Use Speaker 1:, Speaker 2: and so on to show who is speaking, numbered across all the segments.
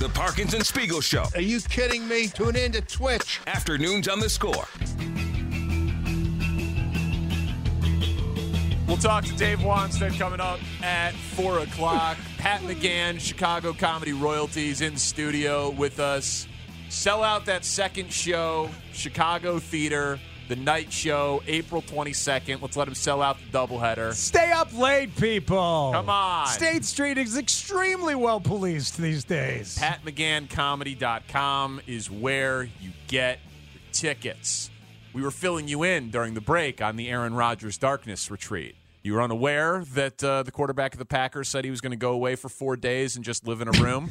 Speaker 1: The Parkinson Spiegel Show.
Speaker 2: Are you kidding me? Tune in to Twitch.
Speaker 1: Afternoons on the score.
Speaker 3: We'll talk to Dave Wanstead coming up at 4 o'clock. Pat McGann, Chicago Comedy Royalties, in studio with us. Sell out that second show, Chicago Theater, the night show, April 22nd. Let's let him sell out the doubleheader.
Speaker 4: Stay up late, people.
Speaker 3: Come on.
Speaker 4: State Street is extremely well policed these days.
Speaker 3: PatMcGannComedy.com is where you get your tickets. We were filling you in during the break on the Aaron Rodgers darkness retreat. You were unaware that uh, the quarterback of the Packers said he was going to go away for four days and just live in a room.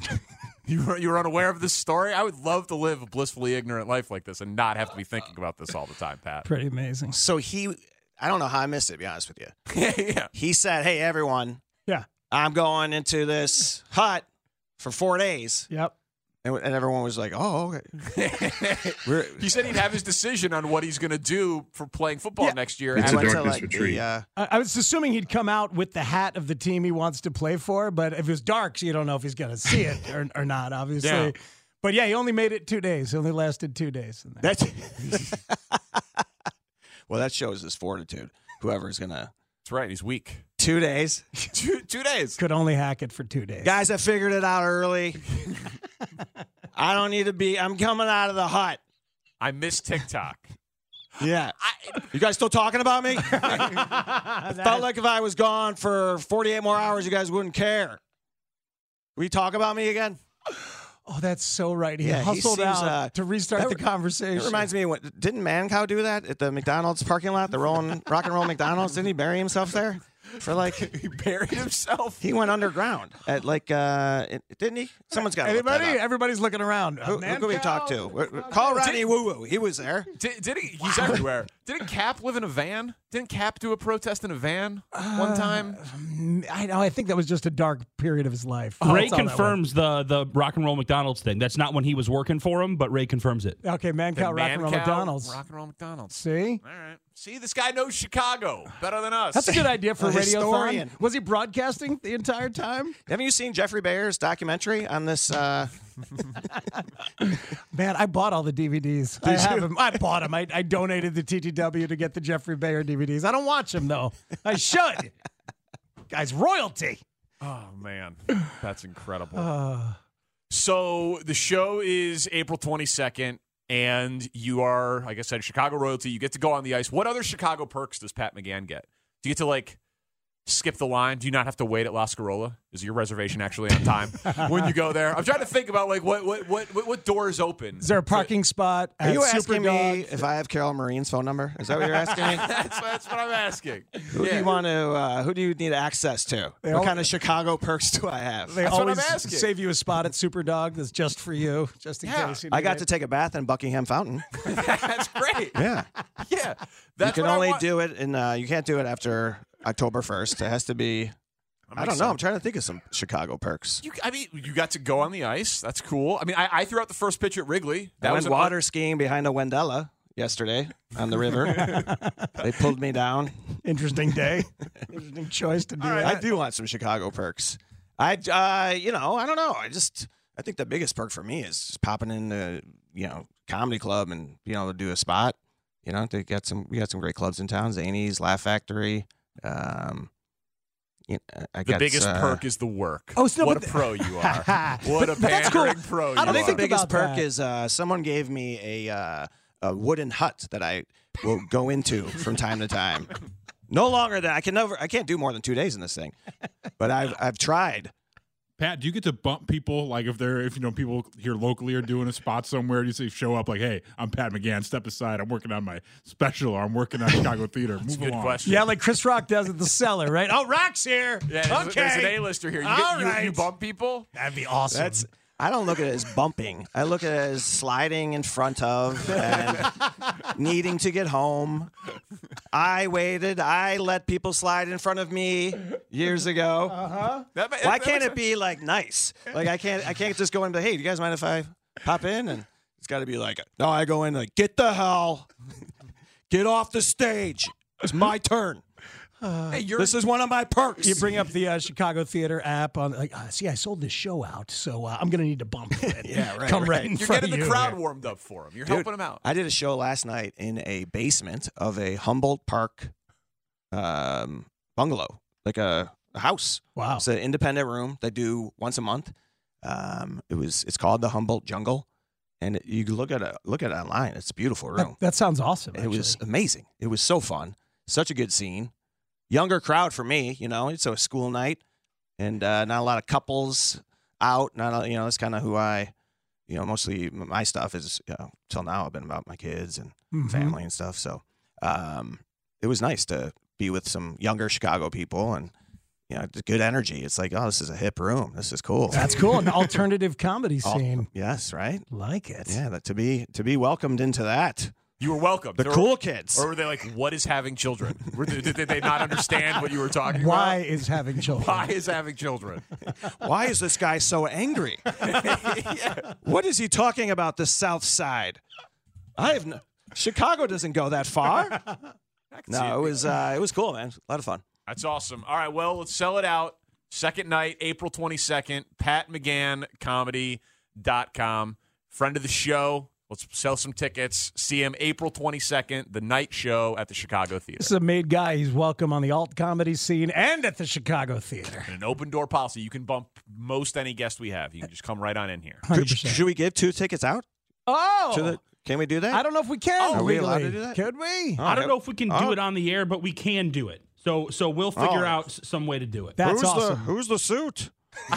Speaker 3: you, were, you were unaware of this story. I would love to live a blissfully ignorant life like this and not have to be thinking about this all the time, Pat.
Speaker 4: Pretty amazing.
Speaker 5: So he, I don't know how I missed it, to be honest with you.
Speaker 3: yeah,
Speaker 5: He said, Hey, everyone,
Speaker 4: Yeah.
Speaker 5: I'm going into this hut for four days.
Speaker 4: Yep.
Speaker 5: And, and everyone was like, Oh, okay. We're,
Speaker 3: he said he'd have his decision on what he's going to do for playing football next year.
Speaker 5: I
Speaker 3: after-
Speaker 5: went to like the, uh,
Speaker 4: I, I was assuming he'd come out with the hat of the team he wants to play for, but if it was dark, so you don't know if he's going to see it or, or not, obviously.
Speaker 3: Yeah.
Speaker 4: But yeah, he only made it two days. He only lasted two days. In there.
Speaker 5: That's well, that shows his fortitude. Whoever's gonna
Speaker 3: That's right. He's weak.
Speaker 5: two days,
Speaker 3: Two, two days.
Speaker 4: Could only hack it for two days.
Speaker 5: guys. I figured it out early. I don't need to be. I'm coming out of the hut.
Speaker 3: I miss TikTok.
Speaker 5: Yeah. you guys still talking about me? I felt like if I was gone for 48 more hours, you guys wouldn't care. Will you talk about me again?
Speaker 4: Oh, that's so right. He
Speaker 5: Yeah, he
Speaker 4: hustled
Speaker 5: seems,
Speaker 4: out
Speaker 5: uh,
Speaker 4: to restart
Speaker 5: that-
Speaker 4: the conversation.
Speaker 5: It reminds me, what, didn't Mancow do that at the McDonald's parking lot, the rolling, rock and roll McDonald's? Didn't he bury himself there for like
Speaker 3: He buried himself.
Speaker 5: He went underground at like, uh, it, didn't he? Someone's got to look that
Speaker 4: Anybody?
Speaker 5: up.
Speaker 4: Everybody's looking around.
Speaker 5: Who, who could we talk to? We're- we're- Call Rodney Woo Woo. He was there.
Speaker 3: Did, did he? He's everywhere. Didn't Cap live in a van? Didn't Cap do a protest in a van
Speaker 4: Uh,
Speaker 3: one time?
Speaker 4: I know. I think that was just a dark period of his life. That's
Speaker 6: Ray
Speaker 4: all Oh, that was.
Speaker 6: confirms the the rock and roll McDonald's thing. That's not when he was working for him, but Ray confirms it.
Speaker 4: Okay, man,
Speaker 3: The
Speaker 4: cow, rock
Speaker 3: man
Speaker 4: and roll
Speaker 3: cow,
Speaker 4: McDonald's.
Speaker 3: Rock and roll McDonald's.
Speaker 4: See,
Speaker 3: All right. See, this guy knows Chicago better than us.
Speaker 4: that's a good idea for
Speaker 5: A
Speaker 4: radio.
Speaker 5: historian.
Speaker 4: Was he broadcasting the entire time?
Speaker 5: Haven't you seen Jeffrey Bayer's documentary on this? Uh,
Speaker 4: Man, I bought all the DVDs. I have them. I bought them. I, I donated the TTW to get the Jeffrey Bayer DVDs. I don't watch them though. I should. Guys, royalty.
Speaker 3: Oh man, that's incredible.
Speaker 5: Uh.
Speaker 3: so the show is April 22nd, and you are, like I said, Chicago royalty. You get to go on the ice. What other Chicago perks does Pat McGann get? Do you get to like skip the line? Do you not have to wait at La Scarola? Is your reservation actually on time when you go there? I'm trying to think about like what what what what, what door is open.
Speaker 4: Is there a parking spot?
Speaker 5: are
Speaker 4: at
Speaker 5: you asking
Speaker 4: Superdog?
Speaker 5: me if I have Carol Marine's phone number? Is that what you're asking me?
Speaker 3: that's, that's what I'm asking.
Speaker 5: Who do you want to? Uh, who do you need access to? What
Speaker 4: all-
Speaker 5: kind of Chicago perks do I have?
Speaker 4: They
Speaker 3: That's what I'm
Speaker 4: always
Speaker 3: asking.
Speaker 4: save you a spot at Superdog. That's just for you, just in
Speaker 3: Yeah.
Speaker 4: case. You
Speaker 5: I
Speaker 4: need
Speaker 5: got
Speaker 4: it.
Speaker 5: to take a bath in Buckingham Fountain.
Speaker 3: That's great.
Speaker 5: Yeah,
Speaker 3: Yeah,
Speaker 5: you
Speaker 3: that's
Speaker 5: can
Speaker 3: what I
Speaker 5: only
Speaker 3: want.
Speaker 5: do it, and uh, you can't do it after October 1st. It has to be. I don't know. I'm trying to think of some Chicago perks.
Speaker 3: You, I mean, you got to go on the ice. That's cool. I mean, I, I threw out the first pitch at Wrigley. That
Speaker 5: I went
Speaker 3: was an-
Speaker 5: water skiing behind a Wendella yesterday on the river. they pulled me down.
Speaker 4: Interesting day. Interesting choice to do
Speaker 5: I
Speaker 4: that.
Speaker 5: do want some Chicago perks. I, uh, you know, I don't know. I just, I think the biggest perk for me is just popping in the, you know, comedy club and being able to do a spot. You know, they got some, we got some great clubs in town: Zanies, Laugh Factory. Um, you know, I
Speaker 3: The
Speaker 5: got,
Speaker 3: biggest
Speaker 5: uh,
Speaker 3: perk is the work.
Speaker 4: Oh, so-
Speaker 3: what a
Speaker 4: but-
Speaker 3: pro you are! what
Speaker 4: But-
Speaker 3: a
Speaker 4: but that's cool.
Speaker 3: pandering pro you
Speaker 4: I
Speaker 5: I
Speaker 4: don't
Speaker 3: are!
Speaker 5: think the
Speaker 4: think
Speaker 5: biggest
Speaker 4: about
Speaker 5: perk
Speaker 4: that.
Speaker 5: is uh, someone gave me a uh, a wooden hut that I will go into from time to time. No longer than I can never. I can't do more than two days in this thing, but I've I've tried.
Speaker 7: Pat, do you get to bump people like if they're if you know people here locally are doing a spot somewhere? You say show up like, hey, I'm Pat McGann. Step aside. I'm working on my special. or I'm working on Chicago theater. Move
Speaker 3: Good
Speaker 7: along.
Speaker 3: question.
Speaker 4: Yeah, like Chris Rock does at the cellar, right? Oh, Rock's here.
Speaker 3: Yeah, there's,
Speaker 4: okay.
Speaker 3: there's an A-lister here. You,
Speaker 4: All
Speaker 3: get, you, you
Speaker 4: right.
Speaker 3: bump people.
Speaker 4: That'd be awesome.
Speaker 5: That's I don't look at it as bumping. I look at it as sliding in front of and needing to get home. I waited. I let people slide in front of me years ago.
Speaker 3: That ma-
Speaker 5: Why
Speaker 3: that
Speaker 5: can't
Speaker 3: makes
Speaker 5: it be like nice? Like I can't. I can't just go in and be like, hey, do you guys mind if I pop in? And it's got to be like, no, I go in like, get the hell, get off the stage. It's my turn.
Speaker 4: Uh,
Speaker 3: sense. Hey, you're
Speaker 5: This is one of my perks.
Speaker 4: You bring up the uh, Chicago Theater app on like, uh, see, I sold this show out, so uh, I'm gonna need to bump it.
Speaker 5: Yeah, right,
Speaker 4: Come right,
Speaker 5: right.
Speaker 4: in
Speaker 3: you're
Speaker 4: front
Speaker 3: getting the
Speaker 4: of you.
Speaker 3: crowd warmed up for him. You're
Speaker 5: Dude,
Speaker 3: helping him out.
Speaker 5: I did a show last night in a basement of a Humboldt Park um, bungalow, like a, a house.
Speaker 4: Wow.
Speaker 5: It's an independent room they do once a month. Um, it was it's called the Humboldt Jungle, and it, you can look at it look at it online. It's a beautiful
Speaker 4: That,
Speaker 5: room.
Speaker 4: that sounds awesome.
Speaker 5: it was amazing. It was so fun. Such a good scene. Younger crowd for me, you know. It's a school night, and uh, not a lot of couples out. Not a, you know that's kind of who I, you know, mostly m- my stuff is you know, till now. I've been about my kids and
Speaker 4: Mhm.
Speaker 5: family and stuff. So um, it was nice to be with some younger Chicago people and you know good energy. It's like oh, this is a hip room. This is cool.
Speaker 4: That's cool. An alternative comedy
Speaker 5: All-
Speaker 4: scene.
Speaker 5: Yes, right.
Speaker 4: Like it.
Speaker 5: Yeah, that to be to be welcomed into that.
Speaker 3: You were welcome.
Speaker 5: The
Speaker 3: There
Speaker 5: cool
Speaker 3: were-
Speaker 5: kids.
Speaker 3: Or were they like, what is having children? Were they- did they not understand what you were talking
Speaker 4: Why
Speaker 3: about?
Speaker 4: is having children?
Speaker 3: Why is having children?
Speaker 5: Why is this guy so angry? What is he talking about? The South Side. I have no, Chicago doesn't go that far. No, it was uh, it was cool, man. A lot of fun.
Speaker 3: That's awesome. All right, well, let's sell it out. Second night, April 22nd, Pat McGann comedy.com. Friend of the show. Let's sell some tickets. See him April 22nd, the night show at the Chicago Theater.
Speaker 4: This is a made guy. He's welcome on the alt comedy scene and at the Chicago Theater.
Speaker 3: And an open door policy. You can bump most any guest we have. You can just come right on in here.
Speaker 4: 100%.
Speaker 5: Could- should we give two tickets out
Speaker 4: oh,
Speaker 5: to the? Can we do that?
Speaker 4: I don't know if we can.
Speaker 5: Are we allowed
Speaker 4: legally.
Speaker 5: to do that?
Speaker 4: Could we?
Speaker 6: I don't know if we can do
Speaker 5: Oh.
Speaker 6: it on the air, but we can do it. So so we'll figure
Speaker 5: Oh.
Speaker 6: out s- some way to do it.
Speaker 4: That's awesome.
Speaker 5: who's the suit?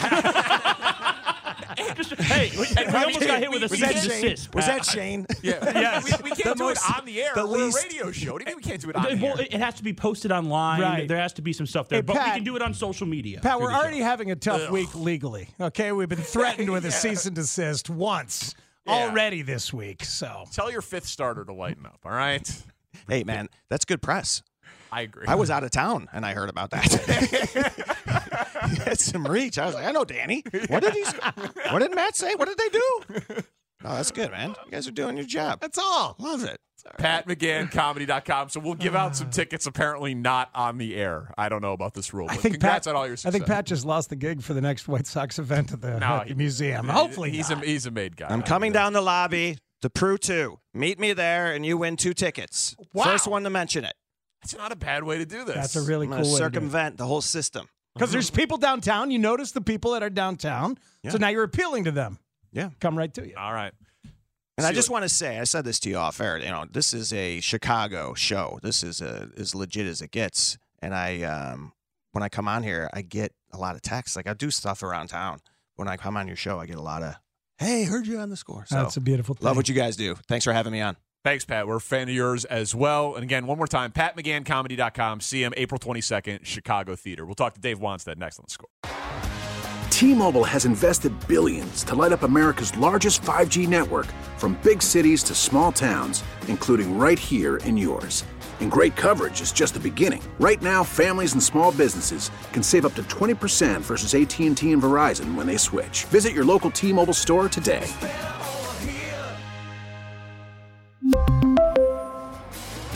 Speaker 6: Just- hey, we, and we almost got hit with a
Speaker 5: Was
Speaker 6: cease
Speaker 5: that
Speaker 6: and
Speaker 5: Shane?
Speaker 6: desist.
Speaker 5: Was
Speaker 6: Pat.
Speaker 5: that Shane?
Speaker 3: Yeah. We, we can't
Speaker 5: The
Speaker 3: do
Speaker 5: most-
Speaker 3: it on the air.
Speaker 5: the
Speaker 3: We're a
Speaker 5: least-
Speaker 3: radio show. What do you mean we can't do it on
Speaker 6: It-
Speaker 3: the air?
Speaker 6: well, it it has to be posted online.
Speaker 4: Right.
Speaker 6: There has to be some stuff there,
Speaker 4: Hey,
Speaker 6: but we
Speaker 4: Pat.
Speaker 6: can do it on social media.
Speaker 4: Pat,
Speaker 6: through
Speaker 4: we're
Speaker 6: the show.
Speaker 4: already having a tough week legally. Okay, we've been threatened with a cease and desist once already this week. So
Speaker 3: Tell your fifth starter to lighten up, all right?
Speaker 5: Hey, man, that's good press.
Speaker 3: I agree.
Speaker 5: I was out of town and I heard about that. He had some reach. I was like, I know Danny. What did he? s- What did Matt say? What did they do? Oh, that's good, man. You guys are doing your job.
Speaker 4: that's all.
Speaker 5: Love it.
Speaker 3: PatMcGannComedy.com. So we'll give out
Speaker 4: Uh.
Speaker 3: some tickets apparently not on the air. I don't know about this rule.
Speaker 4: I
Speaker 3: but
Speaker 4: think
Speaker 3: congrats
Speaker 4: Pat,
Speaker 3: on all your
Speaker 4: I
Speaker 3: success.
Speaker 4: think Pat just lost the gig for the next White Sox event at the
Speaker 3: No,
Speaker 4: Hockey
Speaker 3: he-
Speaker 4: museum. Hopefully,
Speaker 3: he's
Speaker 4: not.
Speaker 3: a he's a made guy.
Speaker 5: I'm coming down the lobby to Prue 2. Meet me there and you win two tickets.
Speaker 3: Wow.
Speaker 5: First one to mention it.
Speaker 3: It's not a bad way to do this.
Speaker 4: that's a really
Speaker 5: I'm going to
Speaker 4: cool way to do it.
Speaker 5: circumvent the whole system.
Speaker 4: Because there's people downtown. You notice the people that are downtown. So now you're appealing to them.
Speaker 5: Yeah.
Speaker 4: Come right to you.
Speaker 3: all right.
Speaker 5: And I
Speaker 3: See
Speaker 5: just
Speaker 3: what-
Speaker 5: want to say, I said this to you off air. You know, this is a Chicago show. This is a, as legit as it gets. And I, um, when I come on here, I get a lot of texts. Like I do stuff around town. When I come on your show, I get a lot of, "Hey, heard you on the score." So
Speaker 4: That's a beautiful thing.
Speaker 5: love what you guys do. Thanks for having me on.
Speaker 3: Thanks, Pat. We're a fan of yours as well. And again, one more time, PatMcGannComedy.com. See him April 22nd, Chicago Theater. We'll talk to Dave Wanstead next on the score.
Speaker 8: T-Mobile has invested billions to light up America's largest 5G network from big cities to small towns, including right here in yours. And great coverage is just the beginning. Right now, families and small businesses can save up to 20% versus AT&T and Verizon when they switch. Visit your local T-Mobile store today.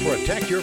Speaker 9: Protect your